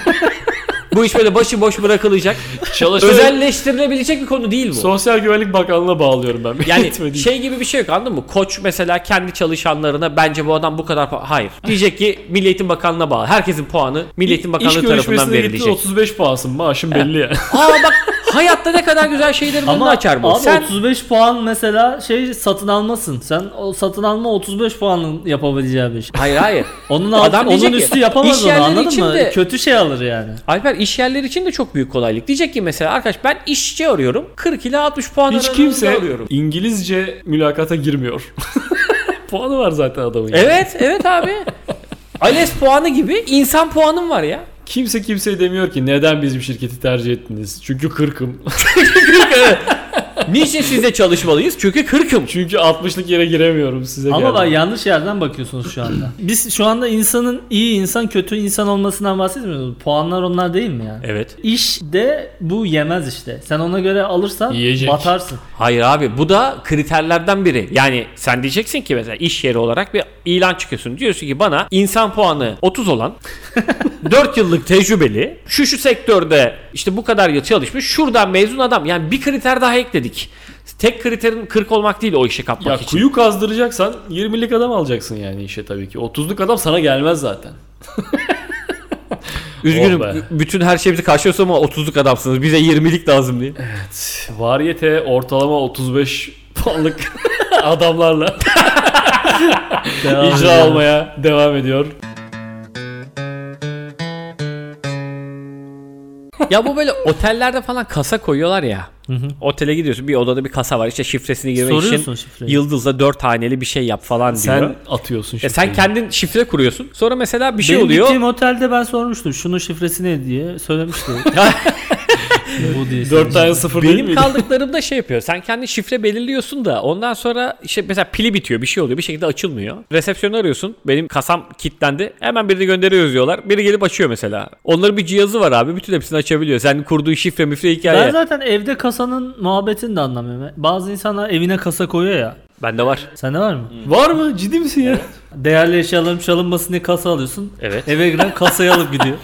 bu iş böyle başıboş bırakılacak.
Çalışan-
Özelleştirilebilecek bir konu değil bu.
Sosyal Güvenlik Bakanlığı'na bağlıyorum ben. [LAUGHS] Yetmediği
Yani
için.
şey gibi bir şey yok anladın mı? Koç mesela kendi çalışanlarına bence bu adam bu kadar pa- hayır. Diyecek ki Milli Eğitim Bakanlığı'na bağlı. Herkesin puanı Milli Eğitim
İş
Bakanlığı tarafından
görüşmesine gittin
verilecek.
35 puansın maaşın
[LAUGHS]
belli ya.
Aa bak hayatta ne kadar güzel şeylerin önünü açar bu.
abi
Sen
35 puan mesela şey satın almasın. Sen o satın alma 35 puanın yapabileceği bir şey.
Hayır hayır.
Onun
Adam
alt,
diyecek
onun
ki,
üstü yapamaz
iş
onu
yerleri
anladın mı?
içinde-
Kötü şey alır yani.
Alper iş yerleri için de çok büyük kolaylık. Diyecek ki mesela arkadaş ben işçi arıyorum. 40 ile 60 puan
Hiç
aralığında
kimse
arıyorum.
İngilizce mülakata girmiyor. [LAUGHS] Puanı var zaten adamın. ya.
Evet evet abi. ALES puanı gibi insan puanım var ya.
Kimse kimseye demiyor ki neden bizim şirketi tercih ettiniz? Çünkü kırkım. [LAUGHS]
Niçin sizle çalışmalıyız? Çünkü kırkım.
Çünkü 60'lık yere giremiyorum size
Ama
geldim.
bak yanlış yerden bakıyorsunuz şu
[LAUGHS]
anda. Biz şu anda insanın iyi insan kötü insan olmasından bahsetmiyoruz. Puanlar onlar değil mi yani?
Evet.
İş de bu yemez işte. Sen ona göre alırsan
[LAUGHS]
Yiyecek.
batarsın.
Hayır abi bu da kriterlerden biri. Yani sen diyeceksin ki mesela iş yeri olarak bir ilan çıkıyorsun. Diyorsun ki bana insan puanı 30 olan 4 yıllık tecrübeli şu şu sektörde işte bu kadar yıl çalışmış şuradan mezun adam. Yani bir kriter daha ekledik. Tek kriterin 40 olmak değil o işe kapmak
Ya
için.
kuyu kazdıracaksan 20'lik adam alacaksın yani işe tabii ki. 30'luk adam sana gelmez zaten.
Üzgünüm
Oh be.
b- bütün her şeyimizi karşılıyorsun ama 30'luk adamsınız. Bize 20'lik lazım diye.
Variyete ortalama 35 puanlık [LAUGHS] adamlarla
Devam
icra
ediyorum.
olmaya devam ediyor.
ya bu böyle otellerde falan kasa koyuyorlar ya. Otele gidiyorsun bir odada bir kasa var işte şifresini girmek
Soruyorsun
için
şifreyi.
yıldızla 4 haneli bir şey yap falan diyor.
Sen atıyorsun
E
şimdi.
sen kendin şifre kuruyorsun. Sonra mesela bir şey
Benim
oluyor.
gittiğim otelde ben sormuştum. Şunun şifresi ne
[LAUGHS]
diye söylemişti. bu diye.
4 tane 0 değil
Benim
miydi?
kaldıklarımda şey yapıyor. Sen kendi şifre belirliyorsun da ondan sonra işte mesela pili bitiyor bir şey oluyor bir şekilde açılmıyor. Resepsiyonu arıyorsun. Benim kasam kilitlendi. Hemen birini gönderiyoruz diyorlar. Biri gelip açıyor mesela. Onların bir cihazı var abi. Bütün hepsini açabiliyor. Senin kurduğun şifre müfre hikaye.
Ben zaten evde kasanın muhabbetini de anlamıyorum. Bazı insanlar evine kasa koyuyor ya.
Bende var.
Sende var mı?
Var mı? Ciddi misin ya?
Değerli eşyalarım çalınmasın diye kasa alıyorsun.
Hmm. Evet.
Eve giren kasayı
[LAUGHS]
alıp gidiyor.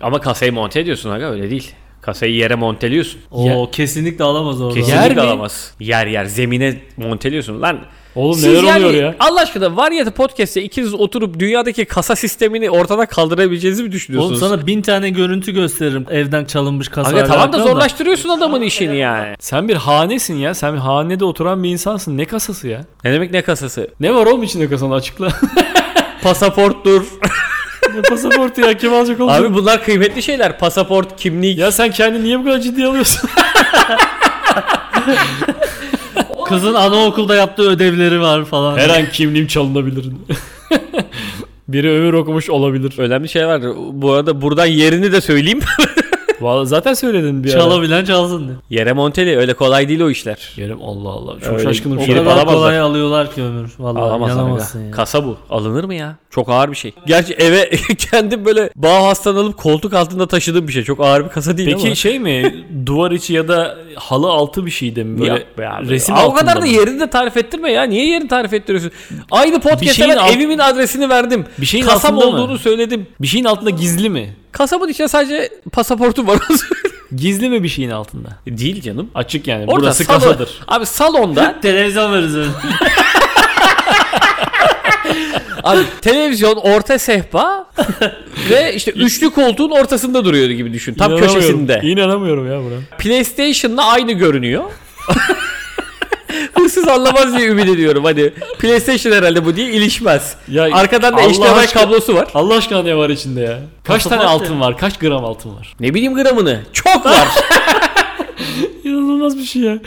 Ama kasayı monte ediyorsun aga öyle değil. Kasayı yere monteliyorsun.
Oo kesinlikle alamaz orada.
Kesinlikle
Yer mi?
alamaz. Yer yer zemine monteliyorsun lan.
Oğlum
Siz
neler
yani
oluyor ya?
Allah aşkına Varyeti Podcast'te ikiniz oturup dünyadaki kasa sistemini ortadan kaldırabileceğinizi mi
Oğlum
düşünüyorsunuz?
sana bin tane görüntü gösteririm evden çalınmış kasa.
Aga tamam da
alakalı
zorlaştırıyorsun adamın işini yani.
Sen bir hanesin ya. Sen bir hanede oturan bir insansın. Ne kasası ya?
Ne demek ne kasası?
Ne var oğlum içinde kasanı açıkla.
Pasaporttur.
ne pasaportu ya kim alacak oğlum?
Abi bunlar kıymetli şeyler. Pasaport, kimlik.
Ya sen kendini niye bu kadar ciddiye alıyorsun?
Kızın anaokulda yaptığı ödevleri var falan.
[LAUGHS] Her an kimliğim çalınabilir. [LAUGHS] Biri ömür okumuş olabilir.
Önemli şey var. Bu arada buradan yerini de söyleyeyim. [LAUGHS]
Vallahi zaten söyledin bir ara.
Çalabilen çalsın diye.
Yere monteli öyle kolay değil o işler.
Yerim Allah Allah. Çok
Öyle-
şaşkınım
O
şu
Girip
an.
kadar
alamazlar.
kolay alıyorlar ki ömür. Vallahi
Alamaz
inanamazsın
aga.
ya.
Kasa bu. Alınır mı ya? Çok ağır bir şey. Gerçi eve [LAUGHS] kendim böyle bağ hastalanıp koltuk altında taşıdığım bir şey. Çok ağır bir kasa değil
Peki
ama.
şey mi? duvar içi ya da halı altı bir şeydi mi? Böyle
Ya- ya-
resim
Aa, O
altında
kadar da
mı?
yerini de tarif ettirme ya. Niye yerini tarif ettiriyorsun? Aynı podcast'te
şeyin
ben
alt-
evimin adresini verdim.
Bir şeyin
Kasam
altında mı?
olduğunu söyledim.
Bir şeyin altında gizli mi?
Kasabın içinde sadece pasaportum var. [LAUGHS]
Gizli mi bir şeyin altında?
değil canım.
Açık yani.
Orada
Burası
salon-
kasadır.
Abi [LAUGHS] salonda
Televizyon veririz öyle.
abi televizyon orta [LAUGHS] sehpa ve işte üçlü koltuğun ortasında duruyor gibi düşün. Tam
İnanamıyorum.
köşesinde.
İnanamıyorum ya buna.
PlayStation'la aynı görünüyor. [LAUGHS] Hırsız anlamaz diye ümit ediyorum. Hani PlayStation herhalde bu diye ilişmez.
Ya
Arkadan da
Allah
HDMI
aşkına-
kablosu var.
Allah aşkına ne var içinde ya? Kaç
Pasaport
tane
ya.
altın var? Kaç gram altın var?
Ne bileyim gramını. Çok var.
İnanılmaz bir şey ya.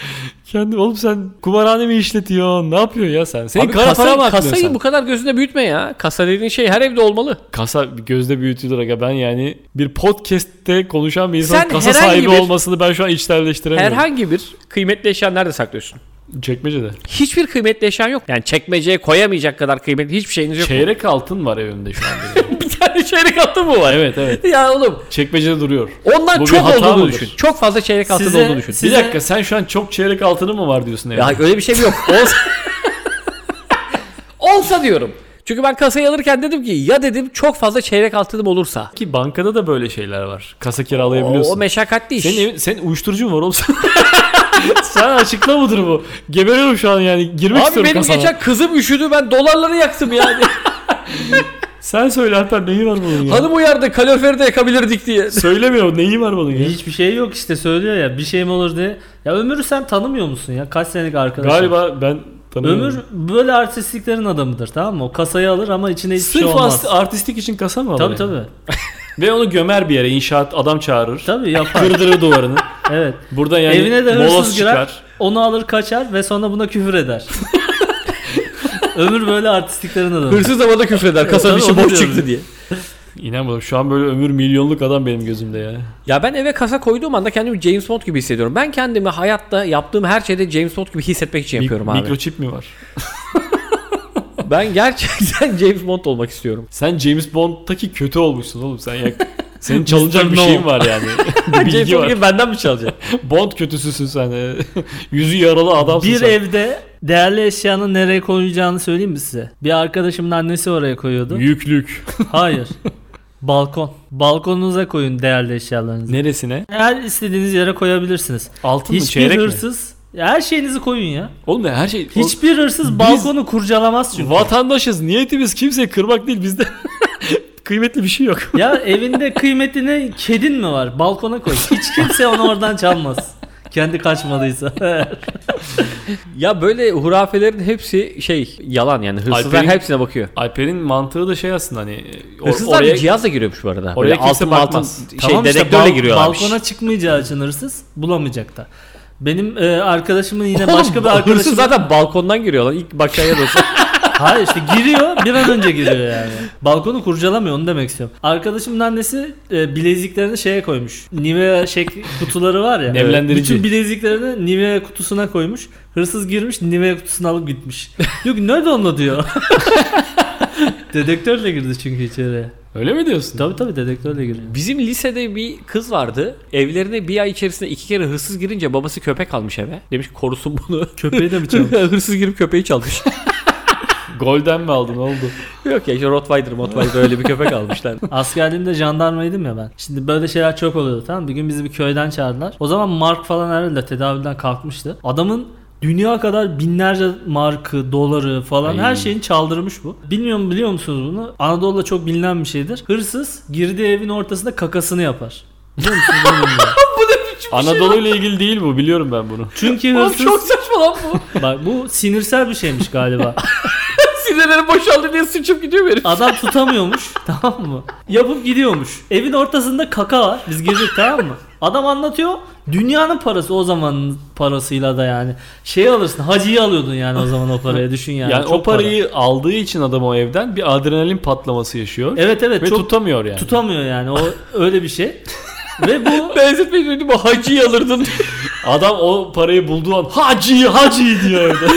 Kendi oğlum sen kumarhane mi işletiyorsun? Ne yapıyorsun ya sen? Senin
Abi
kara
kasa-
para mı aklıyorsun
kasayı
sen?
bu kadar gözünde büyütme ya. Kasa dediğin şey her evde olmalı.
Kasa bir gözde büyütülür aga. Ben yani bir podcast'te konuşan bir insanın
Sen
kasa
herhangi
sahibi
bir-
olmasını ben şu an içselleştiremiyorum.
Herhangi bir kıymetli eşya nerede saklıyorsun?
Çekmecede.
Hiçbir kıymetli eşyan yok. Yani çekmeceye koyamayacak kadar kıymetli hiçbir şeyiniz yok.
Çeyrek altın var evimde şu an. [LAUGHS]
[LAUGHS]
benim.
bir tane çeyrek altın mı
[LAUGHS]
var?
evet evet.
Ya oğlum
Çekmecede duruyor.
ondan
Bu bir
çok
hata
olduğunu
mıdır?
düşün. Çok fazla çeyrek altın
Size-
olduğunu düşün.
Size-
Bir dakika sen şu an çok çeyrek altının mı var diyorsun evde?
Ya öyle bir şey mi yok? Olsa... [LAUGHS] Olsa diyorum. Çünkü ben kasayı alırken dedim ki ya dedim çok fazla çeyrek altınım olursa.
Ki bankada da böyle şeyler var. Kasa
O,
kiralayabiliyorsun.
o meşakkatli iş.
Senin, evin, senin uyuşturucun var oğlum [LAUGHS] sen. sen açıkla bu durumu. Geberiyorum şu an yani. Girmek
Abi
istiyorum
benim
kasana.
geçen kızım üşüdü ben dolarları yaktım yani.
Sen söyle Alper neyi var bunun ya?
Hanım uyardı kaloriferi de yakabilirdik diye.
Söylemiyor neyi var bunun ya?
Hiçbir şey yok işte söylüyor ya. Bir şeyim olur diye. Ya Ömür'ü sen tanımıyor musun ya? Kaç senelik arkadaşın?
Galiba ben tanımıyorum.
Ömür böyle artistliklerin adamıdır tamam mı? O kasayı alır ama içine hiçbir
Sırf
şey olmaz.
ast- artistik için kasa mı alır?
Tabii
yani?
tabii.
Ve onu gömer bir yere inşaat adam çağırır.
Tabii yapar.
Kırdırır duvarını.
[LAUGHS] evet.
Burada yani
Evine de
moloz
hırsız girer.
çıkar.
Onu alır kaçar ve sonra buna küfür
[LAUGHS]
eder. Ömür böyle artistliklerin adamı.
Hırsız havada küfreder kasanın
Tabii
içi
onu
boş
diyorum.
çıktı diye.
İnanmadım. Şu an böyle ömür milyonluk adam benim gözümde ya.
Ya ben eve kasa koyduğum anda kendimi James Bond gibi hissediyorum. Ben kendimi hayatta yaptığım her şeyde James Bond gibi hissetmek için
Mik-
yapıyorum abi.
Mikroçip mi var?
[LAUGHS] Ben gerçekten James Bond olmak istiyorum.
Sen James Bond'taki kötü olmuşsun oğlum. Sen ya senin çalınacak bir
No.
şeyin var yani. bir
James
bilgi
Bond
var.
gibi benden mi çalacak?
Bond kötüsüsün sen. [LAUGHS] Yüzü yaralı adamsın
Bir
sen.
evde değerli eşyanın nereye koyacağını söyleyeyim mi size? Bir arkadaşımın annesi oraya koyuyordu.
Yüklük.
Hayır. Balkon. Balkonunuza koyun değerli eşyalarınızı.
Neresine?
Her istediğiniz yere koyabilirsiniz.
Altın mı?
Hiçbir
Çeyrek mi?
hırsız Ya her şeyinizi koyun ya.
Oğlum ya her şey... Hiç
Hiçbir hırsız balkonu kurcalamaz çünkü.
vatandaşız. Niyetimiz kimseyi kırmak değil. Bizde [LAUGHS] kıymetli bir şey yok.
Ya evinde kıymetine kedin mi var? Balkona koy. Hiç kimse onu oradan çalmaz. Kendi kaçmadıysa.
ya böyle hurafelerin hepsi şey yalan yani hırsızlar
Alper'in-
hepsine bakıyor.
Alper'in mantığı da şey aslında hani... or-
Hırsızlar
oraya-
bir cihazla giriyormuş bu arada.
Oraya
Böyle
kimse
altın
bakmaz.
altın şey
Tamam işte
dedektörle
bal-
giriyorlarmış.
Balkona çıkmayacağı için hırsız bulamayacak da. Benim e, arkadaşımın
[LAUGHS]
yine
Oğlum,
başka bir arkadaşım
Hırsız zaten balkondan giriyor lan. İlk bakacağı yer olsun. [LAUGHS]
Hayır işte giriyor bir an önce giriyor yani. Balkonu kurcalamıyor onu demek istiyorum. Arkadaşımın annesi e, bileziklerini şeye koymuş. Nivea şey kutuları var ya.
Nemlendirici.
Bütün bileziklerini Nivea kutusuna koymuş. Hırsız girmiş Nivea kutusunu alıp gitmiş. Diyor ki nerede onunla diyor. [LAUGHS] dedektörle girdi çünkü içeriye.
Öyle mi diyorsun?
Tabi tabi dedektörle giriyor.
Bizim lisede bir kız vardı. Evlerine bir ay içerisinde iki kere hırsız girince babası köpek almış eve. Demiş ki, korusun [LAUGHS] bunu.
Köpeği de mi çalmış?
[LAUGHS] hırsız girip köpeği çalmış. [LAUGHS]
Golden mi aldın? Ne oldu?
Yok ya işte Rottweiler, Rottweiler öyle bir köpek [LAUGHS] almışlar.
Askerliğimde jandarmaydım ya ben. Şimdi böyle şeyler çok oluyordu tamam mı? Bir gün bizi bir köyden çağırdılar. O zaman mark falan herhalde tedavülden kalkmıştı. Adamın dünya kadar binlerce markı, doları falan her şeyini çaldırmış bu. Bilmiyorum biliyor musunuz bunu? Anadolu'da çok bilinen bir şeydir. Hırsız girdiği evin ortasında kakasını yapar. Biliyor musunuz bunu bilmiyorum.
Anadolu ile ilgili değil bu. Biliyorum ben bunu.
Çünkü hırsız...
şey Çok saçma lan [LAUGHS] bu.
Bak bu sinirsel bir şeymiş galiba.
Sinirlerim boşaldı diye sıçıp gidiyor benim.
Adam
[LAUGHS]
tutamıyormuş tamam mı? Yapıp gidiyormuş. Evin ortasında kaka var. Biz girdik tamam mı? Adam anlatıyor. Dünyanın parası o zamanın parasıyla da yani. Şey alırsın hacıyı alıyordun yani o zaman o paraya düşün yani.
Yani,
Çok
o parayı aldığı için adam o evden bir adrenalin patlaması yaşıyor.
para. Evet evet
Ve
çok
tutamıyor yani.
tutamıyor yani o öyle bir şey. Ve bu
Benzetmeyi duydum bu hacıyı alırdın.
Adam o parayı bulduğu an hacı hacı diyor evde.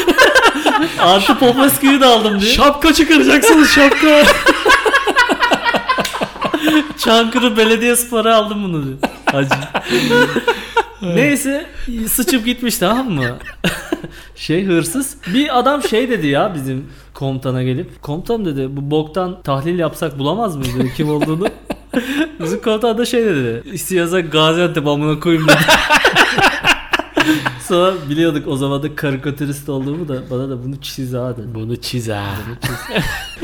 artı Popescu'yu da aldım diye.
[LAUGHS] şapka çıkaracaksınız şapka.
Çankırı Belediye Spor'a aldım bunu diyor. Hacı. Neyse sıçıp gitmiş tamam mı? [LAUGHS] şey hırsız. Bir adam şey dedi ya bizim komutana gelip. Komutan dedi bu boktan tahlil yapsak bulamaz mıyız dedi kim olduğunu. bizim komutan da şey dedi. İstiyorsa Gaziantep amına koyayım dedi. Sonra biliyorduk o zaman da karikatürist olduğumu da bana da bunu çiz ha dedi.
Bunu çiz ha.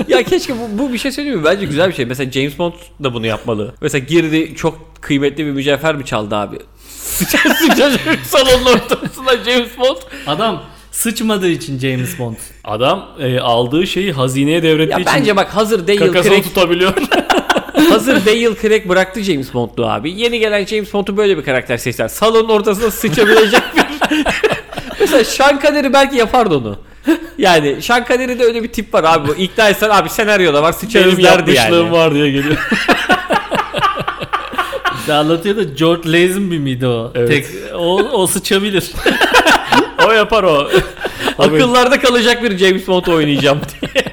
ya keşke bu, bu bir şey söyleyeyim mi? Bence güzel bir şey. Mesela James Bond da bunu yapmalı. Mesela girdi çok kıymetli bir mücevher mi çaldı abi? [LAUGHS] Sıcak sıcak salonun ortasında James Bond.
Adam sıçmadığı için James Bond.
Adam e, aldığı şeyi hazineye
Ya
devrettiği için
bence bak hazır değil
kakasını
crack
tutabiliyor.
Hazır Dale Craig bıraktı James Bond'u abi. Yeni gelen James Bond'u böyle bir karakter seçtiler. Salonun ortasına sıçabilecek bir... [LAUGHS] Mesela Sean Connery belki yapardı onu. Yani Sean Connery'de öyle bir tip var abi. Bu İkna etsen abi senaryoda var
Benim
sıçarız derdi
yapmışlığım
yani.
var diye geliyor.
Ya anlatıyor da George Lazenby miydi o?
Evet.
Tek, o, o sıçabilir.
o yapar o. Akıl
Akıllarda kalacak bir James Bond oynayacağım diye.